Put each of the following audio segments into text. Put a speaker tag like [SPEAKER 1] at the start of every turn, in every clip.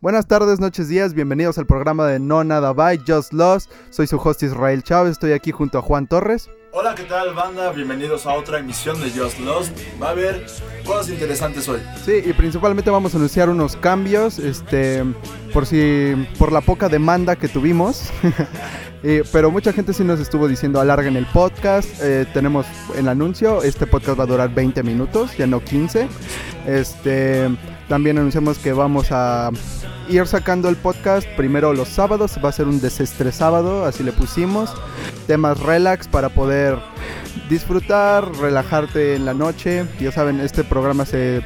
[SPEAKER 1] Buenas tardes, noches, días, bienvenidos al programa de No Nada By Just Lost. Soy su host Israel Chávez, estoy aquí junto a Juan Torres.
[SPEAKER 2] Hola, ¿qué tal banda? Bienvenidos a otra emisión de Just Lost. Va a haber cosas interesantes hoy.
[SPEAKER 1] Sí, y principalmente vamos a anunciar unos cambios, este, por si, por la poca demanda que tuvimos. Eh, pero mucha gente sí nos estuvo diciendo alarguen el podcast. eh, tenemos el anuncio, este podcast va a durar 20 minutos, ya no 15. Este, también anunciamos que vamos a ir sacando el podcast primero los sábados, va a ser un desestres sábado, así le pusimos. Temas relax para poder disfrutar, relajarte en la noche. Ya saben, este programa se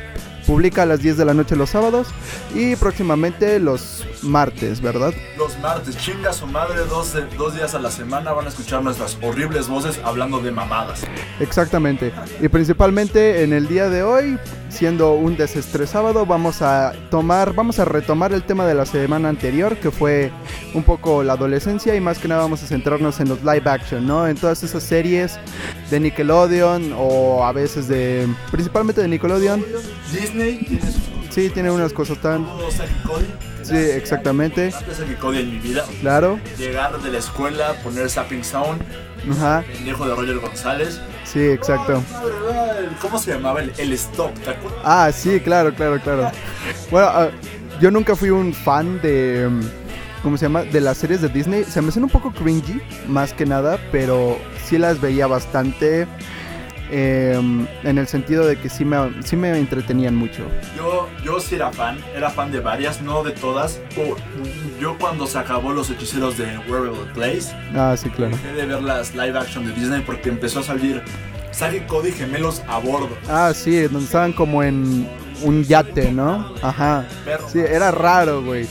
[SPEAKER 1] publica a las 10 de la noche los sábados y próximamente los martes, ¿verdad?
[SPEAKER 2] Los martes, chinga su madre, dos, de- dos días a la semana van a escuchar nuestras horribles voces hablando de mamadas.
[SPEAKER 1] Exactamente. Y principalmente en el día de hoy, siendo un desestrés sábado, vamos a tomar, vamos a retomar el tema de la semana anterior, que fue un poco la adolescencia y más que nada vamos a centrarnos en los live action, ¿no? En todas esas series de Nickelodeon o a veces de, principalmente de Nickelodeon.
[SPEAKER 2] Disney tiene sus
[SPEAKER 1] Sí, tiene unas cosas tan,
[SPEAKER 2] todo Saki Cody.
[SPEAKER 1] sí, exactamente,
[SPEAKER 2] Antes Saki Cody en mi vida.
[SPEAKER 1] claro,
[SPEAKER 2] Llegar de la escuela, poner Sapping Sound,
[SPEAKER 1] ajá,
[SPEAKER 2] pendejo de Roger González.
[SPEAKER 1] sí, exacto.
[SPEAKER 2] Ah, madre, ah, el- ¿Cómo se llamaba el, el stop? ¿Te acuerdas?
[SPEAKER 1] Ah, sí, claro, claro, claro. Bueno, ah, yo nunca fui un fan de. mm, ¿Cómo se llama? De las series de Disney. Se me hacen un poco cringy, más que nada, pero sí las veía bastante. em, en el sentido de que sí me, sí me entretenían mucho.
[SPEAKER 2] Yo, yo sí era fan, era fan de varias, no de todas. O- yo cuando se acabó Los Hechiceros de Werewolf Place,
[SPEAKER 1] Ah, sí, claro.
[SPEAKER 2] dejé de ver las live action de Disney porque empezó a salir Sally Cody gemelos a bordo.
[SPEAKER 1] Ah, sí, donde estaban como en un yate, ¿no? Ajá.
[SPEAKER 2] Perro.
[SPEAKER 1] Sí, era raro, güey.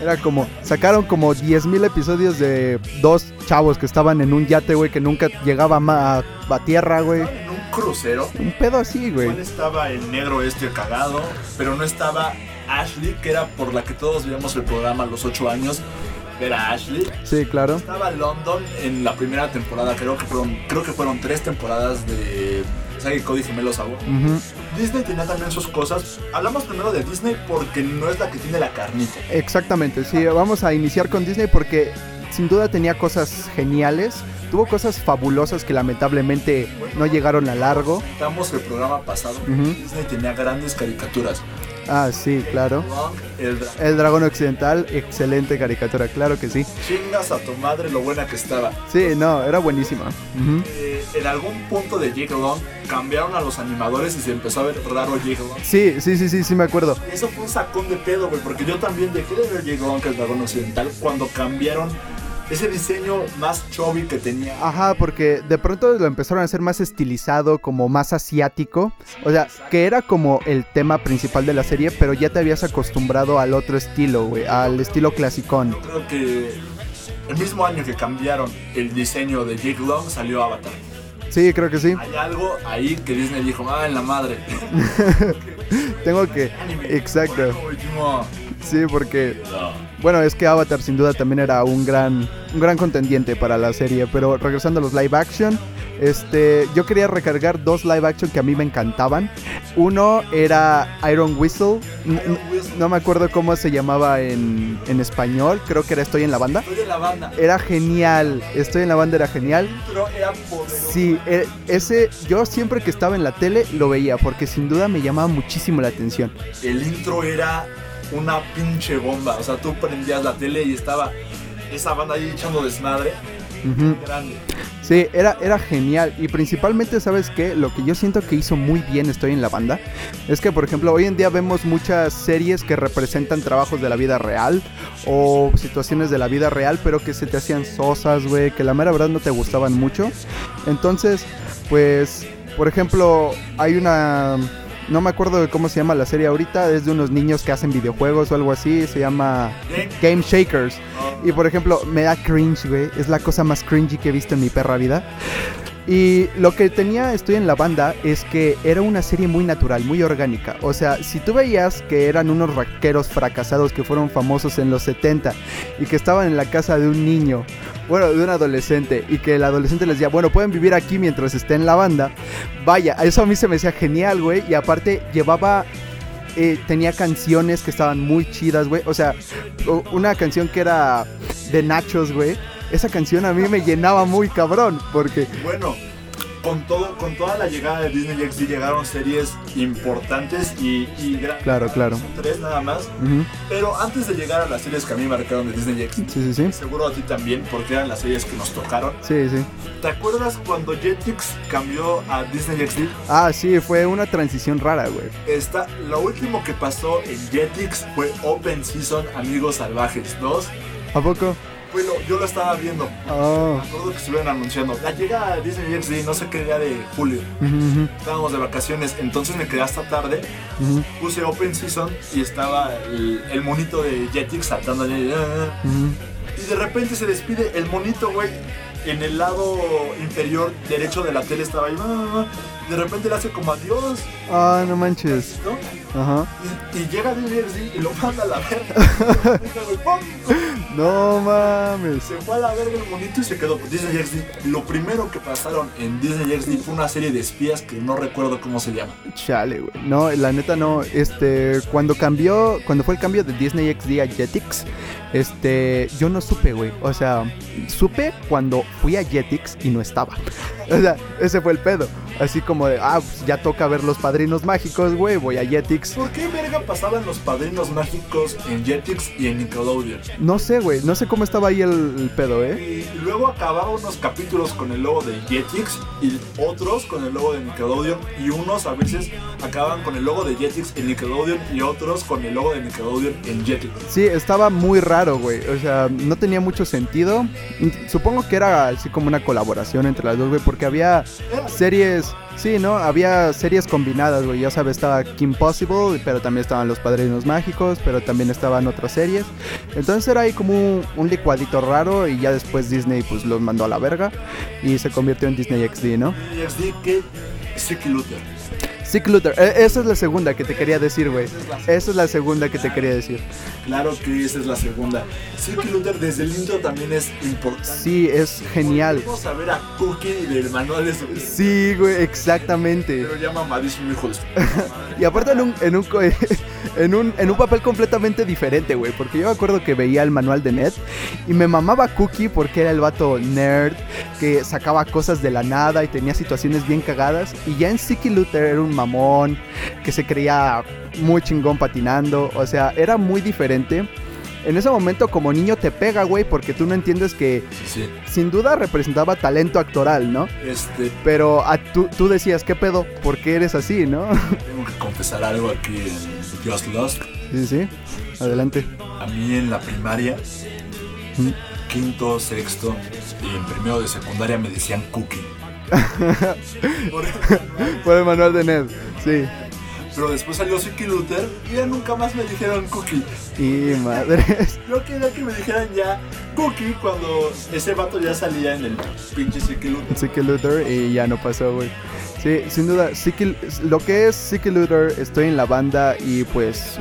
[SPEAKER 1] Era como, sacaron como 10.000 episodios de dos chavos que estaban en un yate, güey, que nunca llegaba ma- a, a tierra, güey.
[SPEAKER 2] Estaba En un crucero,
[SPEAKER 1] Un pedo así, güey.
[SPEAKER 2] Juan estaba el negro este cagado, pero no estaba Ashley, que era por la que todos veíamos el programa a los 8 años. Era Ashley.
[SPEAKER 1] Sí, claro.
[SPEAKER 2] Estaba London en la primera temporada, creo que fueron, creo que fueron tres temporadas de Sally Cody gemelos a bordo.
[SPEAKER 1] Ujú.
[SPEAKER 2] Disney tenía también sus cosas. Hablamos primero de Disney porque no es la que tiene la carnita.
[SPEAKER 1] Exactamente, sí. Vamos a iniciar con Disney porque sin duda tenía cosas geniales. Tuvo cosas fabulosas que lamentablemente no llegaron a largo.
[SPEAKER 2] Estamos el programa pasado.
[SPEAKER 1] Ujú.
[SPEAKER 2] Disney tenía grandes caricaturas.
[SPEAKER 1] Ah, sí, claro.
[SPEAKER 2] Wrong, el dra-
[SPEAKER 1] El dragón occidental, excelente caricatura, claro que sí.
[SPEAKER 2] Chingas a tu madre lo buena que estaba.
[SPEAKER 1] Sí, no, era buenísima. Ujú.
[SPEAKER 2] Eh, en algún punto de Jake Long cambiaron a los animadores y se empezó a ver raro Jake Long.
[SPEAKER 1] Sí, sí, sí, sí, sí, me acuerdo.
[SPEAKER 2] Eso fue un sacón de pedo, güey, porque yo también dejé de ver Jake Long, que es dragón occidental, cuando cambiaron ese diseño más chubby que tenía.
[SPEAKER 1] Ajá, porque de pronto lo empezaron a hacer más estilizado, como más asiático. O sea, que era como el tema principal de la serie, pero ya te habías acostumbrado al otro estilo, güey, al estilo clasicón.
[SPEAKER 2] Yo creo que el mismo año que cambiaron el diseño de Jake Long salió Avatar.
[SPEAKER 1] Sí, creo que sí.
[SPEAKER 2] Hay algo ahí que Disney dijo, ah, en la madre.
[SPEAKER 1] Tengo que...
[SPEAKER 2] Anime.
[SPEAKER 1] Exacto.
[SPEAKER 2] Bueno, último.
[SPEAKER 1] Sí, porque... Bueno, es que Avatar sin duda también era un gran, un gran contendiente para la serie, pero regresando a los live action, este, yo quería recargar dos live action que a mí me encantaban. Uno era Iron Whistle, n- n- no me acuerdo cómo se llamaba en, en español, creo que era Estoy en la banda.
[SPEAKER 2] Estoy en la banda.
[SPEAKER 1] Era genial, Estoy en la banda era genial.
[SPEAKER 2] Pero era poderoso.
[SPEAKER 1] Sí, e- ese yo siempre que estaba en la tele lo veía porque sin duda me llamaba muchísimo la atención.
[SPEAKER 2] El intro era una pinche bomba. O sea, tú prendías la tele y estaba esa banda ahí echando desmadre.
[SPEAKER 1] Ujú.
[SPEAKER 2] Grande.
[SPEAKER 1] Sí, era, era genial. Y principalmente, ¿sabes qué? Lo que yo siento que hizo muy bien Estoy en la banda es que, por ejemplo, hoy en día vemos muchas series que representan trabajos de la vida real o situaciones de la vida real, pero que se te hacían sosas, güey, que la mera verdad no te gustaban mucho. Entonces, pues, por ejemplo, hay una... No me acuerdo de cómo se llama la serie ahorita, es de unos niños que hacen videojuegos o algo así, se llama
[SPEAKER 2] Game.
[SPEAKER 1] Game Shakers.
[SPEAKER 2] No,
[SPEAKER 1] Y por ejemplo, me da cringe, güey. Es la cosa más cringy que he visto en mi perra vida. Y lo que tenía Estoy en la banda es que era una serie muy natural, muy orgánica. O sea, si tú veías que eran unos raqueros fracasados que fueron famosos en los 70 y que estaban en la casa de un niño, bueno, de un adolescente, y que el adolescente les decía, bueno, pueden vivir aquí mientras esté en la banda, vaya, eso a mí se me hacía genial, güey. Y aparte llevaba eh, tenía canciones que estaban muy chidas, güey. O sea, u- una canción que era de Nachos, güey. Esa canción a mí me llenaba muy cabrón, porque
[SPEAKER 2] Bueno, con, todo, con toda la llegada de Disney XD llegaron series importantes y, y grandes.
[SPEAKER 1] Claro, claro.
[SPEAKER 2] Son tres nada más.
[SPEAKER 1] ujú,
[SPEAKER 2] Pero antes de llegar a las series que a mí marcaron de Disney XD,
[SPEAKER 1] Sí, sí, sí.
[SPEAKER 2] seguro a ti también, porque eran las series que nos tocaron.
[SPEAKER 1] Sí, sí.
[SPEAKER 2] ¿Te acuerdas cuando Jetix cambió a Disney XD?
[SPEAKER 1] Ah, sí, fue una transición rara, güey.
[SPEAKER 2] Está, lo último que pasó en Jetix fue Open Season Amigos Salvajes 2.
[SPEAKER 1] ¿A poco?
[SPEAKER 2] Bueno, yo lo estaba viendo. Me
[SPEAKER 1] Oh.
[SPEAKER 2] acuerdo que estuvieron anunciando. La llegada de Disney XD, no sé qué día de julio.
[SPEAKER 1] ujú, ujú,
[SPEAKER 2] Estábamos de vacaciones, entonces me quedé hasta tarde.
[SPEAKER 1] ujú,
[SPEAKER 2] Puse Open Season y estaba el, el monito de Jetix saltando. ahí, ah,
[SPEAKER 1] ujú.
[SPEAKER 2] Y de repente se despide el monito, güey. En el lado inferior derecho de la tele estaba ahí. ah, De repente le hace como adiós,
[SPEAKER 1] Ah, no manches.
[SPEAKER 2] ¿no?
[SPEAKER 1] Ajá.
[SPEAKER 2] Y, y llega DXD y lo manda a la verga. Güey, ¡pum!
[SPEAKER 1] No mames.
[SPEAKER 2] se fue a la verga el monito y se quedó con Disney XD. Lo primero que pasaron en Disney XD fue una serie de espías que no recuerdo cómo se llama.
[SPEAKER 1] Chale, güey. No, la neta no. Este, cuando cambió, cuando fue el cambio de Disney XD a Jetix, este, yo no supe, güey. O sea, supe cuando fui a Jetix y no estaba. O sea, ese fue el pedo. Así como de, ah, pues ya toca ver los padrinos mágicos, güey. Voy a Jetix.
[SPEAKER 2] ¿Por qué verga pasaban los padrinos mágicos en Jetix y en Nickelodeon?
[SPEAKER 1] No sé, güey. No sé cómo estaba ahí el, el pedo,
[SPEAKER 2] Y,
[SPEAKER 1] eh.
[SPEAKER 2] y luego acababa unos capítulos con el logo de Jetix y otros con el logo de Nickelodeon. Y unos a veces acaban con el logo de Jetix en Nickelodeon y otros con el logo de Nickelodeon en Jetix.
[SPEAKER 1] Sí, estaba muy raro, güey. O sea, no tenía mucho sentido. Supongo que era así como una colaboración entre las dos, güey, porque había
[SPEAKER 2] Era-
[SPEAKER 1] series, sí, ¿no? Había series combinadas, güey. Ya sabes, estaba Kim Possible, pero también estaban Los Padrinos Mágicos, pero también estaban otras series. Entonces era ahí como un, un licuadito raro y ya después Disney pues los mandó a la verga y se convirtió en Disney XD, ¿no?
[SPEAKER 2] Disney XD que Sicky Luther.
[SPEAKER 1] Sick Luther, e- esa es la segunda que te quería decir, güey.
[SPEAKER 2] Esa es la-
[SPEAKER 1] Esa es la segunda que te quería decir.
[SPEAKER 2] Claro que esa es la segunda. Silky Luther desde el intro también es importante.
[SPEAKER 1] Sí, es genial.
[SPEAKER 2] Vamos a ver a Cookie y del manual de su
[SPEAKER 1] Sí, güey, exactamente.
[SPEAKER 2] Pero ya mamadísimo, hijo de su-
[SPEAKER 1] Y aparte en un, en un, co- en un, en un papel completamente diferente, güey. Porque yo me acuerdo que veía el manual de Ned y me mamaba Cookie porque era el vato nerd que sacaba cosas de la nada y tenía situaciones bien cagadas. Y ya en Siki Luther era un mamón que se creía muy chingón patinando. O sea, era muy diferente. En ese momento como niño te pega, güey, porque tú no entiendes que
[SPEAKER 2] Sí.
[SPEAKER 1] sin duda representaba talento actoral, ¿no?
[SPEAKER 2] Este,
[SPEAKER 1] Pero a- tú, tú decías, ¿qué pedo? ¿Por qué eres así, no?
[SPEAKER 2] tengo que confesar algo aquí en Just Lost.
[SPEAKER 1] Sí, sí, adelante.
[SPEAKER 2] A mí en la primaria,
[SPEAKER 1] Mm.
[SPEAKER 2] quinto, sexto y en primero de secundaria me decían Cookie. Por eso,
[SPEAKER 1] Por el manual de Ned, sí.
[SPEAKER 2] Pero después salió Silky Luther y ya nunca más me dijeron Cookie.
[SPEAKER 1] Y madres.
[SPEAKER 2] Yo quería que me dijeran ya Cookie cuando ese vato ya salía en el pinche Silky Luther.
[SPEAKER 1] Sicky Luther y ya no pasó, güey. Sí, sin duda, Sicky- lo que es Sicky Luther, estoy en la banda y pues,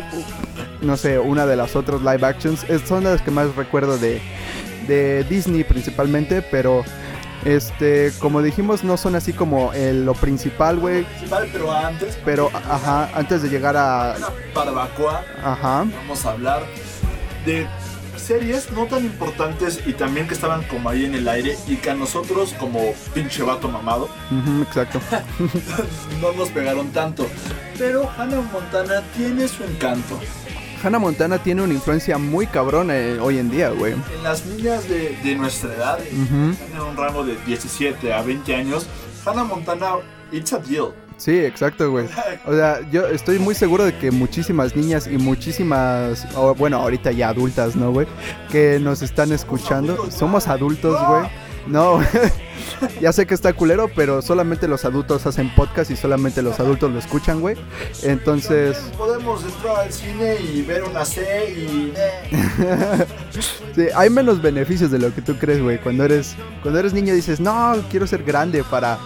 [SPEAKER 1] no sé, una de las otras live actions es- son las que más recuerdo de, de Disney principalmente, pero este, como dijimos, no son así como eh, lo principal, güey.
[SPEAKER 2] Principal, pero antes,
[SPEAKER 1] Pero, ajá, antes de llegar a...
[SPEAKER 2] una barbacoa.
[SPEAKER 1] Ajá,
[SPEAKER 2] Vamos a hablar de series no tan importantes y también que estaban como ahí en el aire y que a nosotros como pinche vato mamado
[SPEAKER 1] ujú, exacto.
[SPEAKER 2] no nos pegaron tanto. Pero Hannah Montana tiene su encanto.
[SPEAKER 1] Hannah Montana tiene una influencia muy cabrona eh, hoy en día, güey.
[SPEAKER 2] En las niñas de, de nuestra edad,
[SPEAKER 1] Ujú.
[SPEAKER 2] en un rango de 17 a 20 años, Hannah Montana, it's a deal.
[SPEAKER 1] Sí, exacto, güey. O sea, yo estoy muy seguro de que muchísimas niñas y muchísimas, o, bueno, ahorita ya adultas, ¿no, güey? Que nos están escuchando. Somos adultos, güey. No, güey. ya sé que está culero, pero solamente los adultos hacen podcast y solamente los adultos lo escuchan, güey. Entonces,
[SPEAKER 2] Podemos entrar al cine y ver una C y... eh,
[SPEAKER 1] sí, hay menos beneficios de lo que tú crees, güey. Cuando eres, cuando eres niño dices, no, quiero ser grande para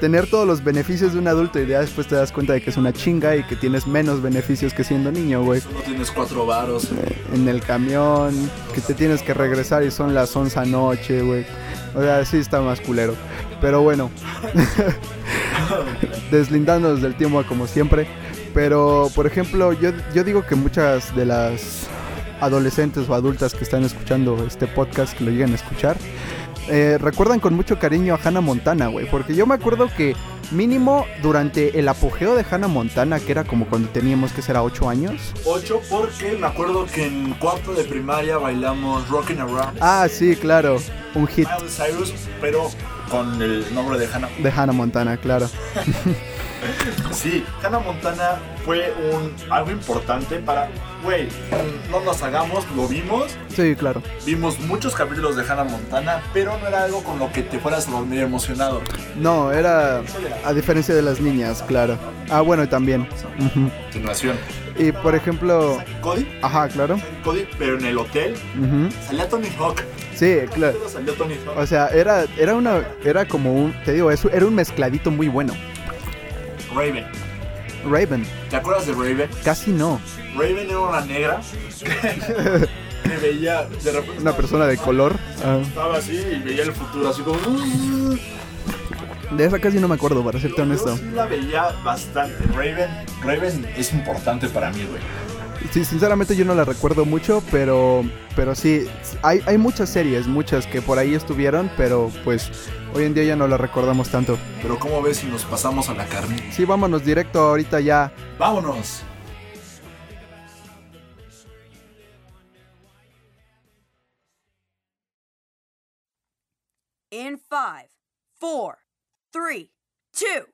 [SPEAKER 1] tener todos los beneficios de un adulto y ya después te das cuenta de que es una chinga y que tienes menos beneficios que siendo niño, güey.
[SPEAKER 2] Solo tienes cuatro varos.
[SPEAKER 1] en el camión, que te tienes que regresar y son las 11 de la noche, güey. O sea, sí está más culero. Pero bueno, deslindándonos del tiempo como siempre. Pero, por ejemplo, yo, yo digo que muchas de las adolescentes o adultas que están escuchando este podcast, que lo lleguen a escuchar, eh, recuerdan con mucho cariño a Hannah Montana, güey. Porque yo me acuerdo que mínimo durante el apogeo de Hannah Montana, que era como cuando teníamos que será 8 años.
[SPEAKER 2] 8 porque me acuerdo que en cuarto de primaria bailamos Rockin' Around.
[SPEAKER 1] Ah, sí, claro. Un hit
[SPEAKER 2] Miley Cyrus, pero con el nombre de Hannah.
[SPEAKER 1] de Hannah Montana, claro.
[SPEAKER 2] Sí, Hannah Montana fue un algo importante para, güey, no nos hagamos, lo vimos,
[SPEAKER 1] Sí, claro.
[SPEAKER 2] vimos muchos capítulos de Hannah Montana, pero no era algo con lo que te fueras a dormir emocionado.
[SPEAKER 1] No, era a diferencia de las niñas, claro. Ah, bueno, y también. Ujú.
[SPEAKER 2] Continuación.
[SPEAKER 1] Y por ejemplo,
[SPEAKER 2] Cody,
[SPEAKER 1] ajá, claro.
[SPEAKER 2] Cody, pero en el hotel
[SPEAKER 1] Ujú.
[SPEAKER 2] salía Tony Hawk.
[SPEAKER 1] Sí, Ah. claro.
[SPEAKER 2] Pero salió Tony Hawk.
[SPEAKER 1] O sea, era era una era como un, te digo, eso era un mezcladito muy bueno.
[SPEAKER 2] Raven.
[SPEAKER 1] Raven,
[SPEAKER 2] ¿Te acuerdas de Raven?
[SPEAKER 1] casi no.
[SPEAKER 2] Raven era una negra que, que veía de repente
[SPEAKER 1] Una persona de color. Ah.
[SPEAKER 2] estaba así y veía el futuro así como
[SPEAKER 1] De esa casi no me acuerdo, para serte
[SPEAKER 2] Yo
[SPEAKER 1] honesto.
[SPEAKER 2] sí la veía bastante. Raven, Raven es importante para mí, güey.
[SPEAKER 1] Sí, sinceramente yo no la recuerdo mucho, pero, pero sí, hay, hay muchas series, muchas que por ahí estuvieron, pero pues hoy en día ya no la recordamos tanto.
[SPEAKER 2] Pero ¿cómo ves si nos pasamos a la carne?
[SPEAKER 1] Sí, vámonos directo ahorita ya.
[SPEAKER 2] ¡Vámonos!
[SPEAKER 3] In five, four, three, two.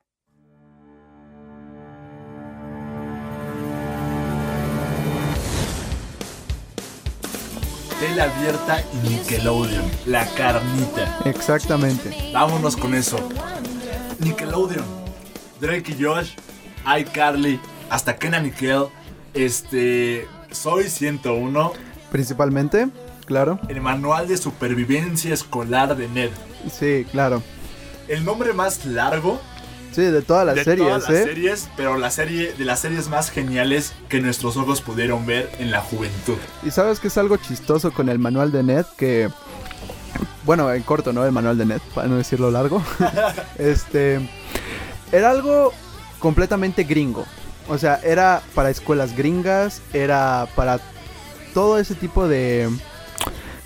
[SPEAKER 2] Tela abierta y Nickelodeon. La carnita.
[SPEAKER 1] Exactamente.
[SPEAKER 2] Vámonos con eso. Nickelodeon. Drake y Josh. iCarly. Hasta Kenan y Kel. Este. Soy 101.
[SPEAKER 1] Principalmente, claro.
[SPEAKER 2] El manual de supervivencia escolar de Ned.
[SPEAKER 1] Sí, claro.
[SPEAKER 2] El nombre más largo
[SPEAKER 1] Sí, de todas las
[SPEAKER 2] de
[SPEAKER 1] series,
[SPEAKER 2] todas las
[SPEAKER 1] ¿eh?
[SPEAKER 2] series, pero la serie de las series más geniales que nuestros ojos pudieron ver en la juventud.
[SPEAKER 1] Y sabes que es algo chistoso con el manual de Ned que. Bueno, en corto, ¿no? El manual de Ned, para no decirlo largo. este. Era algo completamente gringo. O sea, era para escuelas gringas, era para todo ese tipo de.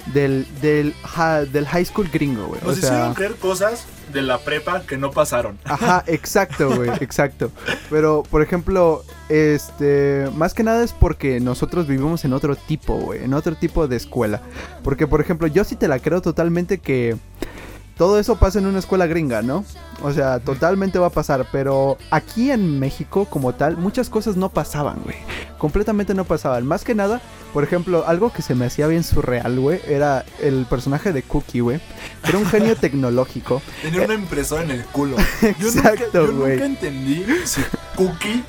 [SPEAKER 1] Del, del, ja- del high school gringo, güey.
[SPEAKER 2] Nos
[SPEAKER 1] o sea,
[SPEAKER 2] hicieron creer cosas de la prepa que no pasaron.
[SPEAKER 1] Ajá, exacto, güey, exacto. Pero, por ejemplo, este, más que nada es porque nosotros vivimos en otro tipo, güey, en otro tipo de escuela. Porque, por ejemplo, yo sí te la creo totalmente que todo eso pasa en una escuela gringa, ¿no? O sea, totalmente va a pasar, pero aquí en México como tal, muchas cosas no pasaban, güey. Completamente no pasaban. Más que nada, por ejemplo, algo que se me hacía bien surreal, güey, era el personaje de Cookie, güey. que Era un genio tecnológico.
[SPEAKER 2] Tenía una impresora en el culo. Yo nunca-
[SPEAKER 1] Exacto,
[SPEAKER 2] Yo nunca,
[SPEAKER 1] güey.
[SPEAKER 2] entendí si Cookie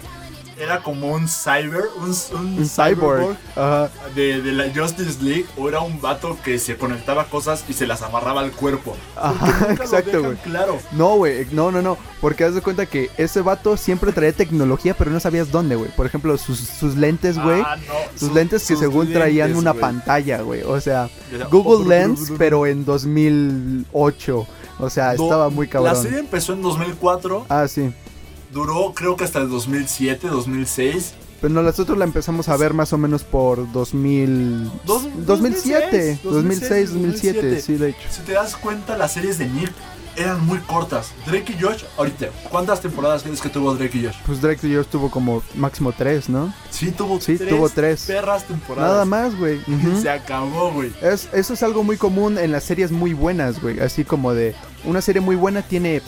[SPEAKER 2] era como un cyber, un, un
[SPEAKER 1] Un cyborg.
[SPEAKER 2] cyborg
[SPEAKER 1] Ajá.
[SPEAKER 2] de, de la Justice League o era un vato que se conectaba a cosas y se las amarraba al cuerpo.
[SPEAKER 1] Ajá,
[SPEAKER 2] Porque nunca lo
[SPEAKER 1] exacto,
[SPEAKER 2] dejan
[SPEAKER 1] güey.
[SPEAKER 2] Claro.
[SPEAKER 1] No, güey, no, no, no. Porque haz de cuenta que ese vato siempre traía tecnología, pero no sabías dónde, güey. Por ejemplo, sus, sus lentes, Pues, güey.
[SPEAKER 2] Ah, no,
[SPEAKER 1] sus lentes que
[SPEAKER 2] sus
[SPEAKER 1] según traían
[SPEAKER 2] lentes,
[SPEAKER 1] una
[SPEAKER 2] güey.
[SPEAKER 1] pantalla, güey. O sea,
[SPEAKER 2] O sea, oh,
[SPEAKER 1] Google Lens, pero en 2008. O sea, Ah,
[SPEAKER 2] Do-
[SPEAKER 1] estaba muy
[SPEAKER 2] La serie
[SPEAKER 1] cabrón.
[SPEAKER 2] empezó en 2004,
[SPEAKER 1] Ah, sí.
[SPEAKER 2] duró creo que hasta el 2007, 2006.
[SPEAKER 1] Pero no, nosotros la empezamos a ver más o menos por 2000...
[SPEAKER 2] Dos-
[SPEAKER 1] 2007.
[SPEAKER 2] 2006,
[SPEAKER 1] 2006, 2007,
[SPEAKER 2] 2007.
[SPEAKER 1] sí, de hecho.
[SPEAKER 2] Si te das cuenta, las series de Nick eran muy cortas. Drake y Josh, ahorita, ¿cuántas temporadas crees que tuvo Drake y Josh?
[SPEAKER 1] Pues Drake y Josh tuvo como máximo tres, ¿no?
[SPEAKER 2] Sí, tuvo
[SPEAKER 1] Sí,
[SPEAKER 2] tres.
[SPEAKER 1] tuvo tres.
[SPEAKER 2] Perras temporadas.
[SPEAKER 1] Nada más, güey. Ujú.
[SPEAKER 2] Se acabó, güey.
[SPEAKER 1] Es- eso es algo muy común en las series muy buenas, güey. Así como de una serie muy buena tiene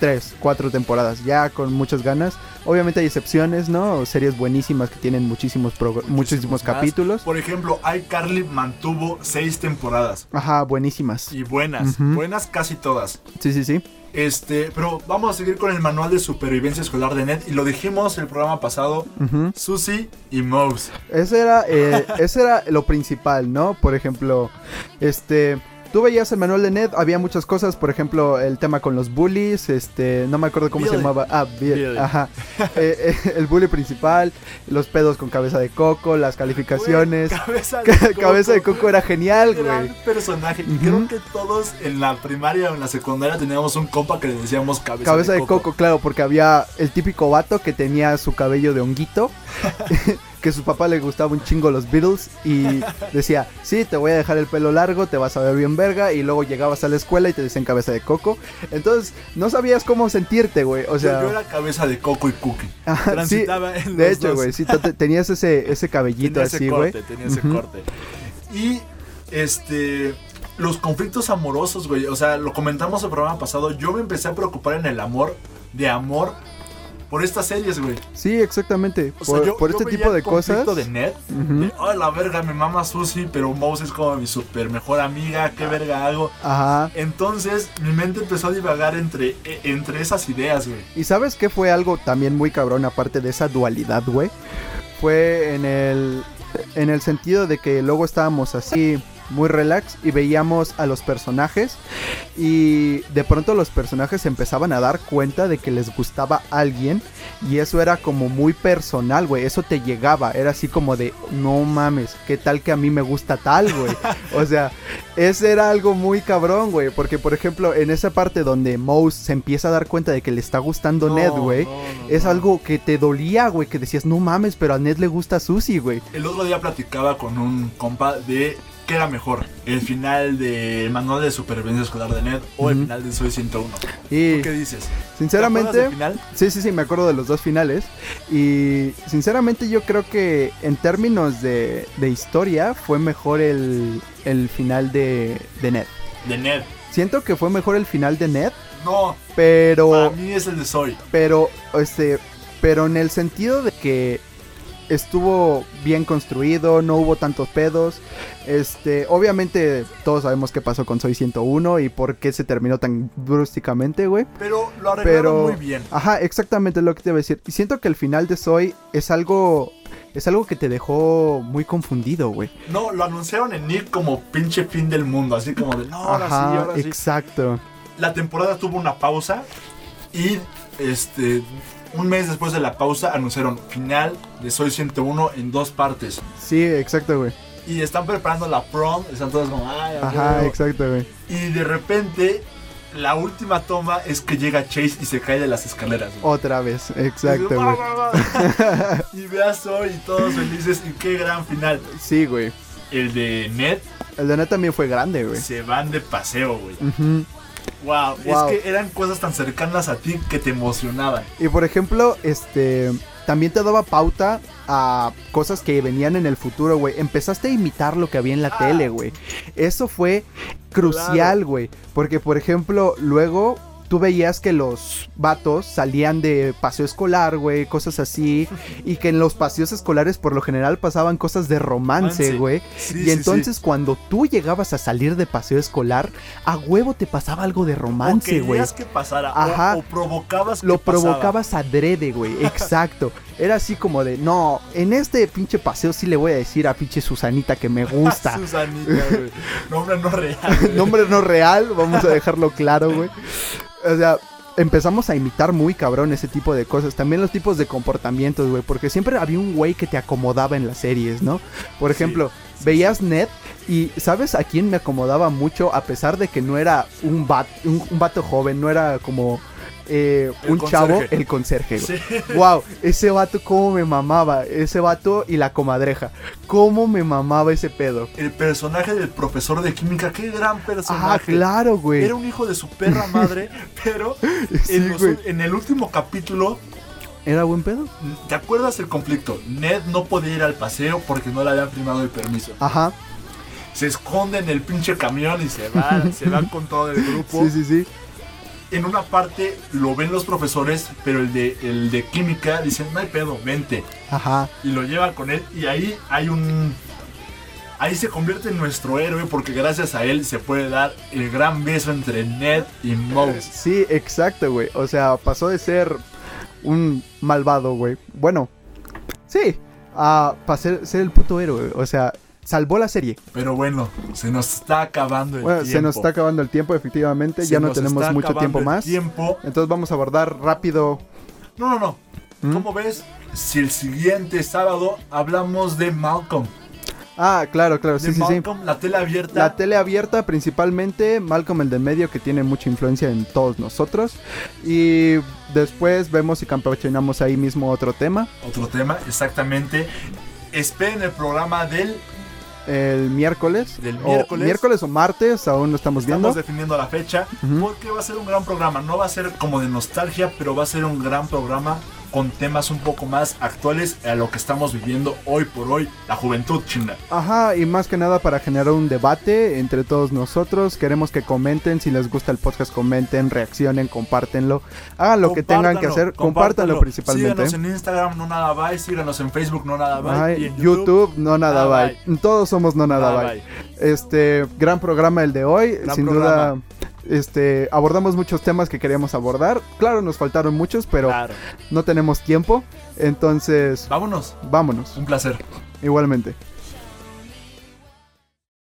[SPEAKER 1] tres, cuatro temporadas, ya con muchas ganas. Obviamente hay excepciones, ¿no? O series buenísimas que tienen muchísimos prog- muchísimos
[SPEAKER 2] Más.
[SPEAKER 1] capítulos.
[SPEAKER 2] Por ejemplo, iCarly mantuvo seis temporadas.
[SPEAKER 1] Ajá, buenísimas.
[SPEAKER 2] Y buenas,
[SPEAKER 1] Ujú.
[SPEAKER 2] buenas casi todas.
[SPEAKER 1] Sí, sí, sí.
[SPEAKER 2] Este, pero vamos a seguir con el manual de supervivencia escolar de Ned. Y lo dijimos el programa pasado.
[SPEAKER 1] Ujú.
[SPEAKER 2] Susie y Mouse.
[SPEAKER 1] Ese era, eh, ese era lo principal, ¿no? Por ejemplo, este, Tú veías el manual de Ned, había muchas cosas, por ejemplo, el tema con los bullies, este, no me acuerdo cómo se
[SPEAKER 4] Billy.
[SPEAKER 1] llamaba. Ah, Bill,
[SPEAKER 4] Billy.
[SPEAKER 1] ajá. Eh, eh, el bully principal, los pedos con cabeza de coco, las calificaciones.
[SPEAKER 4] Güey, cabeza
[SPEAKER 1] Ca- cabeza de coco era genial,
[SPEAKER 2] Gran
[SPEAKER 1] güey.
[SPEAKER 2] personaje. Y creo que todos en la primaria o en la secundaria teníamos un compa que le decíamos cabeza,
[SPEAKER 1] Cabeza de coco. claro, porque había el típico vato que tenía su cabello de honguito, que su papá le gustaba un chingo los Beatles y decía, sí, te voy a dejar el pelo largo, te vas a ver bien verga, y luego llegabas a la escuela y te decían cabeza de coco. Entonces, no sabías cómo sentirte, güey. O
[SPEAKER 2] Yo-
[SPEAKER 1] sea,
[SPEAKER 2] yo, era cabeza de coco y cookie.
[SPEAKER 1] ajá, sí,
[SPEAKER 4] transitaba en
[SPEAKER 1] de
[SPEAKER 4] los
[SPEAKER 1] hecho,
[SPEAKER 4] dos.
[SPEAKER 1] güey, sí, te- tenías ese, ese cabellito
[SPEAKER 4] Tenía ese
[SPEAKER 1] así, güey.
[SPEAKER 4] corte, tenía ese
[SPEAKER 1] Ujú.
[SPEAKER 4] corte.
[SPEAKER 2] Y este. Los conflictos amorosos, güey. O sea, lo comentamos el programa pasado. Yo me empecé a preocupar en el amor, de amor, por estas series, güey.
[SPEAKER 1] Sí, exactamente.
[SPEAKER 2] O sea,
[SPEAKER 1] por
[SPEAKER 2] yo-
[SPEAKER 1] por
[SPEAKER 2] yo
[SPEAKER 1] este
[SPEAKER 2] veía
[SPEAKER 1] tipo de
[SPEAKER 2] el conflicto
[SPEAKER 1] cosas.
[SPEAKER 2] de Ned.
[SPEAKER 1] Ujú.
[SPEAKER 2] de, "Ay, la verga, me mama Susi, pero Mouse es como mi super mejor amiga.
[SPEAKER 1] Ah.
[SPEAKER 2] ¿Qué verga hago?
[SPEAKER 1] Ajá.
[SPEAKER 2] Entonces, mi mente empezó a divagar entre, e- entre esas ideas, güey.
[SPEAKER 1] ¿Y sabes qué fue algo también muy cabrón aparte de esa dualidad, güey? Fue en el en el sentido de que luego estábamos así muy relax y veíamos a los personajes y de pronto los personajes se empezaban a dar cuenta de que les gustaba alguien y eso era como muy personal, güey, eso te llegaba, era así como de no mames, qué tal que a mí me gusta tal, güey. O sea, ese era algo muy cabrón, güey. Porque, por ejemplo, en esa parte donde Mouse se empieza a dar cuenta de que le está gustando Ned, güey. es algo que te dolía, güey. Que decías, no mames, pero a Ned le gusta Susie, güey.
[SPEAKER 2] El otro día platicaba con un compa de qué era mejor, el final de Manual de Supervivencia Escolar de Ned o el
[SPEAKER 1] Ujú.
[SPEAKER 2] final de Soy 101.
[SPEAKER 1] Y,
[SPEAKER 2] ¿Qué dices?
[SPEAKER 1] sinceramente,
[SPEAKER 4] ¿Te acuerdas del final?
[SPEAKER 1] sí, sí, sí, me acuerdo de los dos finales. Y, sinceramente, yo creo que en términos de, de historia, fue mejor el, el final de, de Ned.
[SPEAKER 2] De Ned.
[SPEAKER 1] Siento que fue mejor el final de Ned,
[SPEAKER 2] No,
[SPEAKER 1] pero.
[SPEAKER 2] para mí es el de Soy.
[SPEAKER 1] pero este pero en el sentido de que estuvo bien construido, no hubo tantos pedos. Este, obviamente todos sabemos qué pasó con Soy 101 y por qué se terminó tan bruscamente, güey.
[SPEAKER 2] Pero lo arreglaron
[SPEAKER 1] Pero
[SPEAKER 2] muy bien.
[SPEAKER 1] Ajá, exactamente es lo que te iba a decir. Y siento que el final de Soy es algo es algo que te dejó muy confundido, güey.
[SPEAKER 2] No, lo anunciaron en Nick como pinche fin del mundo, así como de, no, ahora
[SPEAKER 1] Ajá,
[SPEAKER 2] sí, ahora sí.
[SPEAKER 1] exacto.
[SPEAKER 2] la temporada tuvo una pausa y este un mes después de la pausa anunciaron final de Soy 101 en dos partes.
[SPEAKER 1] Sí, exacto, güey.
[SPEAKER 2] Y están preparando la prom, están todos como, ay, a
[SPEAKER 1] Ajá,
[SPEAKER 2] huevo".
[SPEAKER 1] exacto, güey.
[SPEAKER 2] Y de repente, la última toma es que llega Chase y se cae de las escaleras. güey.
[SPEAKER 1] Otra vez, exacto,
[SPEAKER 2] Y,
[SPEAKER 1] güey.
[SPEAKER 2] y ve a Soy y todos felices. Y qué gran final.
[SPEAKER 1] Sí, güey.
[SPEAKER 2] El de Ned
[SPEAKER 1] El de Ned también fue grande, güey. Mm.
[SPEAKER 2] se van de paseo, güey.
[SPEAKER 1] Ujú.
[SPEAKER 2] Wow,
[SPEAKER 1] Wow.
[SPEAKER 2] es que eran cosas tan cercanas a ti que te emocionaban.
[SPEAKER 1] Y por ejemplo, este también te daba pauta a cosas que venían en el futuro, güey. Empezaste a imitar lo que había en
[SPEAKER 2] Ah.
[SPEAKER 1] la tele, güey. Eso fue crucial, güey. Porque, por ejemplo, luego tú veías que los vatos salían de paseo escolar, güey, cosas así. y que en los paseos escolares por lo general pasaban cosas de romance,
[SPEAKER 2] Romance.
[SPEAKER 1] güey.
[SPEAKER 2] Sí, sí,
[SPEAKER 1] y
[SPEAKER 2] sí.
[SPEAKER 1] entonces cuando tú llegabas a salir de paseo escolar, a huevo te pasaba algo de romance,
[SPEAKER 2] o
[SPEAKER 1] güey.
[SPEAKER 2] querías que pasara o-
[SPEAKER 1] Ajá.
[SPEAKER 2] O, provocabas que
[SPEAKER 1] Lo
[SPEAKER 2] pasara.
[SPEAKER 1] provocabas adrede, güey. Exacto. Era así como de, no, en este pinche paseo sí le voy a decir a pinche Susanita que me gusta.
[SPEAKER 2] Susanita, güey. Nombre no real. güey.
[SPEAKER 1] Nombre no real, vamos a dejarlo claro, güey. O sea, empezamos a imitar muy cabrón ese tipo de cosas. También los tipos de comportamientos, güey. Porque siempre había un güey que te acomodaba en las series, ¿no? Por ejemplo, veías Ned y ¿sabes a quién me acomodaba mucho? A pesar de que no era un, bat, un, un vato joven, no era como... eh,
[SPEAKER 2] El
[SPEAKER 1] un chavo,
[SPEAKER 2] conserje.
[SPEAKER 1] el conserje, güey.
[SPEAKER 2] Sí.
[SPEAKER 1] Wow, ese vato cómo me mamaba, ese vato y la comadreja, cómo me mamaba ese pedo.
[SPEAKER 2] El personaje del profesor de química, qué gran
[SPEAKER 1] Ah,
[SPEAKER 2] personaje.
[SPEAKER 1] claro, güey.
[SPEAKER 2] Era un hijo de su perra madre, pero
[SPEAKER 1] Sí,
[SPEAKER 2] en, los-
[SPEAKER 1] güey.
[SPEAKER 2] en el último capítulo,
[SPEAKER 1] Era buen pedo.
[SPEAKER 2] ¿te acuerdas el conflicto? Ned no podía ir al paseo porque no le habían firmado el permiso.
[SPEAKER 1] Ajá.
[SPEAKER 2] Se esconde en el pinche camión y se va, se va con todo el grupo.
[SPEAKER 1] Sí, sí, sí.
[SPEAKER 2] En una parte lo ven los profesores, pero el de, el de química dicen, no hay pedo, vente.
[SPEAKER 1] Ajá.
[SPEAKER 2] y lo lleva con él y ahí hay un ahí se convierte en nuestro héroe porque gracias a él se puede dar el gran beso entre Ned y Mouse.
[SPEAKER 1] Sí, exacto, güey. O sea, pasó de ser un malvado, güey. Bueno, sí, a pa' ser, ser el puto héroe. güey. O sea, salvó la serie.
[SPEAKER 2] Pero bueno, se nos está acabando el
[SPEAKER 1] Bueno,
[SPEAKER 2] tiempo.
[SPEAKER 1] se nos está acabando el tiempo, efectivamente.
[SPEAKER 2] Se
[SPEAKER 1] ya no
[SPEAKER 2] nos
[SPEAKER 1] tenemos
[SPEAKER 2] está
[SPEAKER 1] mucho
[SPEAKER 2] acabando
[SPEAKER 1] tiempo
[SPEAKER 2] el
[SPEAKER 1] más.
[SPEAKER 2] tiempo.
[SPEAKER 1] Entonces vamos a abordar rápido.
[SPEAKER 2] No, no, no.
[SPEAKER 1] ¿Mm?
[SPEAKER 2] ¿Cómo ves si el siguiente sábado hablamos de Malcolm?
[SPEAKER 1] Ah, claro, claro, sí,
[SPEAKER 2] de
[SPEAKER 1] sí, sí.
[SPEAKER 2] Malcolm, la tela abierta.
[SPEAKER 1] La tele abierta principalmente, Malcolm el de en medio que tiene mucha influencia en todos nosotros. Y después vemos si campechinamos ahí mismo otro tema.
[SPEAKER 2] Otro tema, exactamente. Esperen el programa del...
[SPEAKER 1] El miércoles.
[SPEAKER 2] Del
[SPEAKER 1] o-
[SPEAKER 2] miércoles.
[SPEAKER 1] miércoles o martes, aún no estamos viendo.
[SPEAKER 2] Estamos definiendo la fecha porque va a ser un gran programa. No va a ser como de nostalgia, pero va a ser un gran programa con temas un poco más actuales a lo que estamos viviendo hoy por hoy, la juventud chinga.
[SPEAKER 1] Ajá, y más que nada para generar un debate entre todos nosotros. Queremos que comenten, si les gusta el podcast, comenten, reaccionen, compártenlo. Hagan lo que tengan que hacer, compártanlo, principalmente. ¿eh?
[SPEAKER 2] Síganos en Instagram, no nada bye. Síganos en Facebook, no nada bye.
[SPEAKER 1] Ay,
[SPEAKER 2] y en
[SPEAKER 1] YouTube, no nada,
[SPEAKER 2] nada
[SPEAKER 1] bye. Todos somos no nada,
[SPEAKER 2] Nada
[SPEAKER 1] bye. Este, gran programa el de hoy,
[SPEAKER 2] Gran
[SPEAKER 1] sin
[SPEAKER 2] programa.
[SPEAKER 1] duda. Este, abordamos muchos temas que queríamos abordar. Claro, nos faltaron muchos, pero
[SPEAKER 2] Claro.
[SPEAKER 1] no tenemos tiempo. Entonces,
[SPEAKER 2] Vámonos.
[SPEAKER 1] vámonos.
[SPEAKER 2] Un placer.
[SPEAKER 1] Igualmente.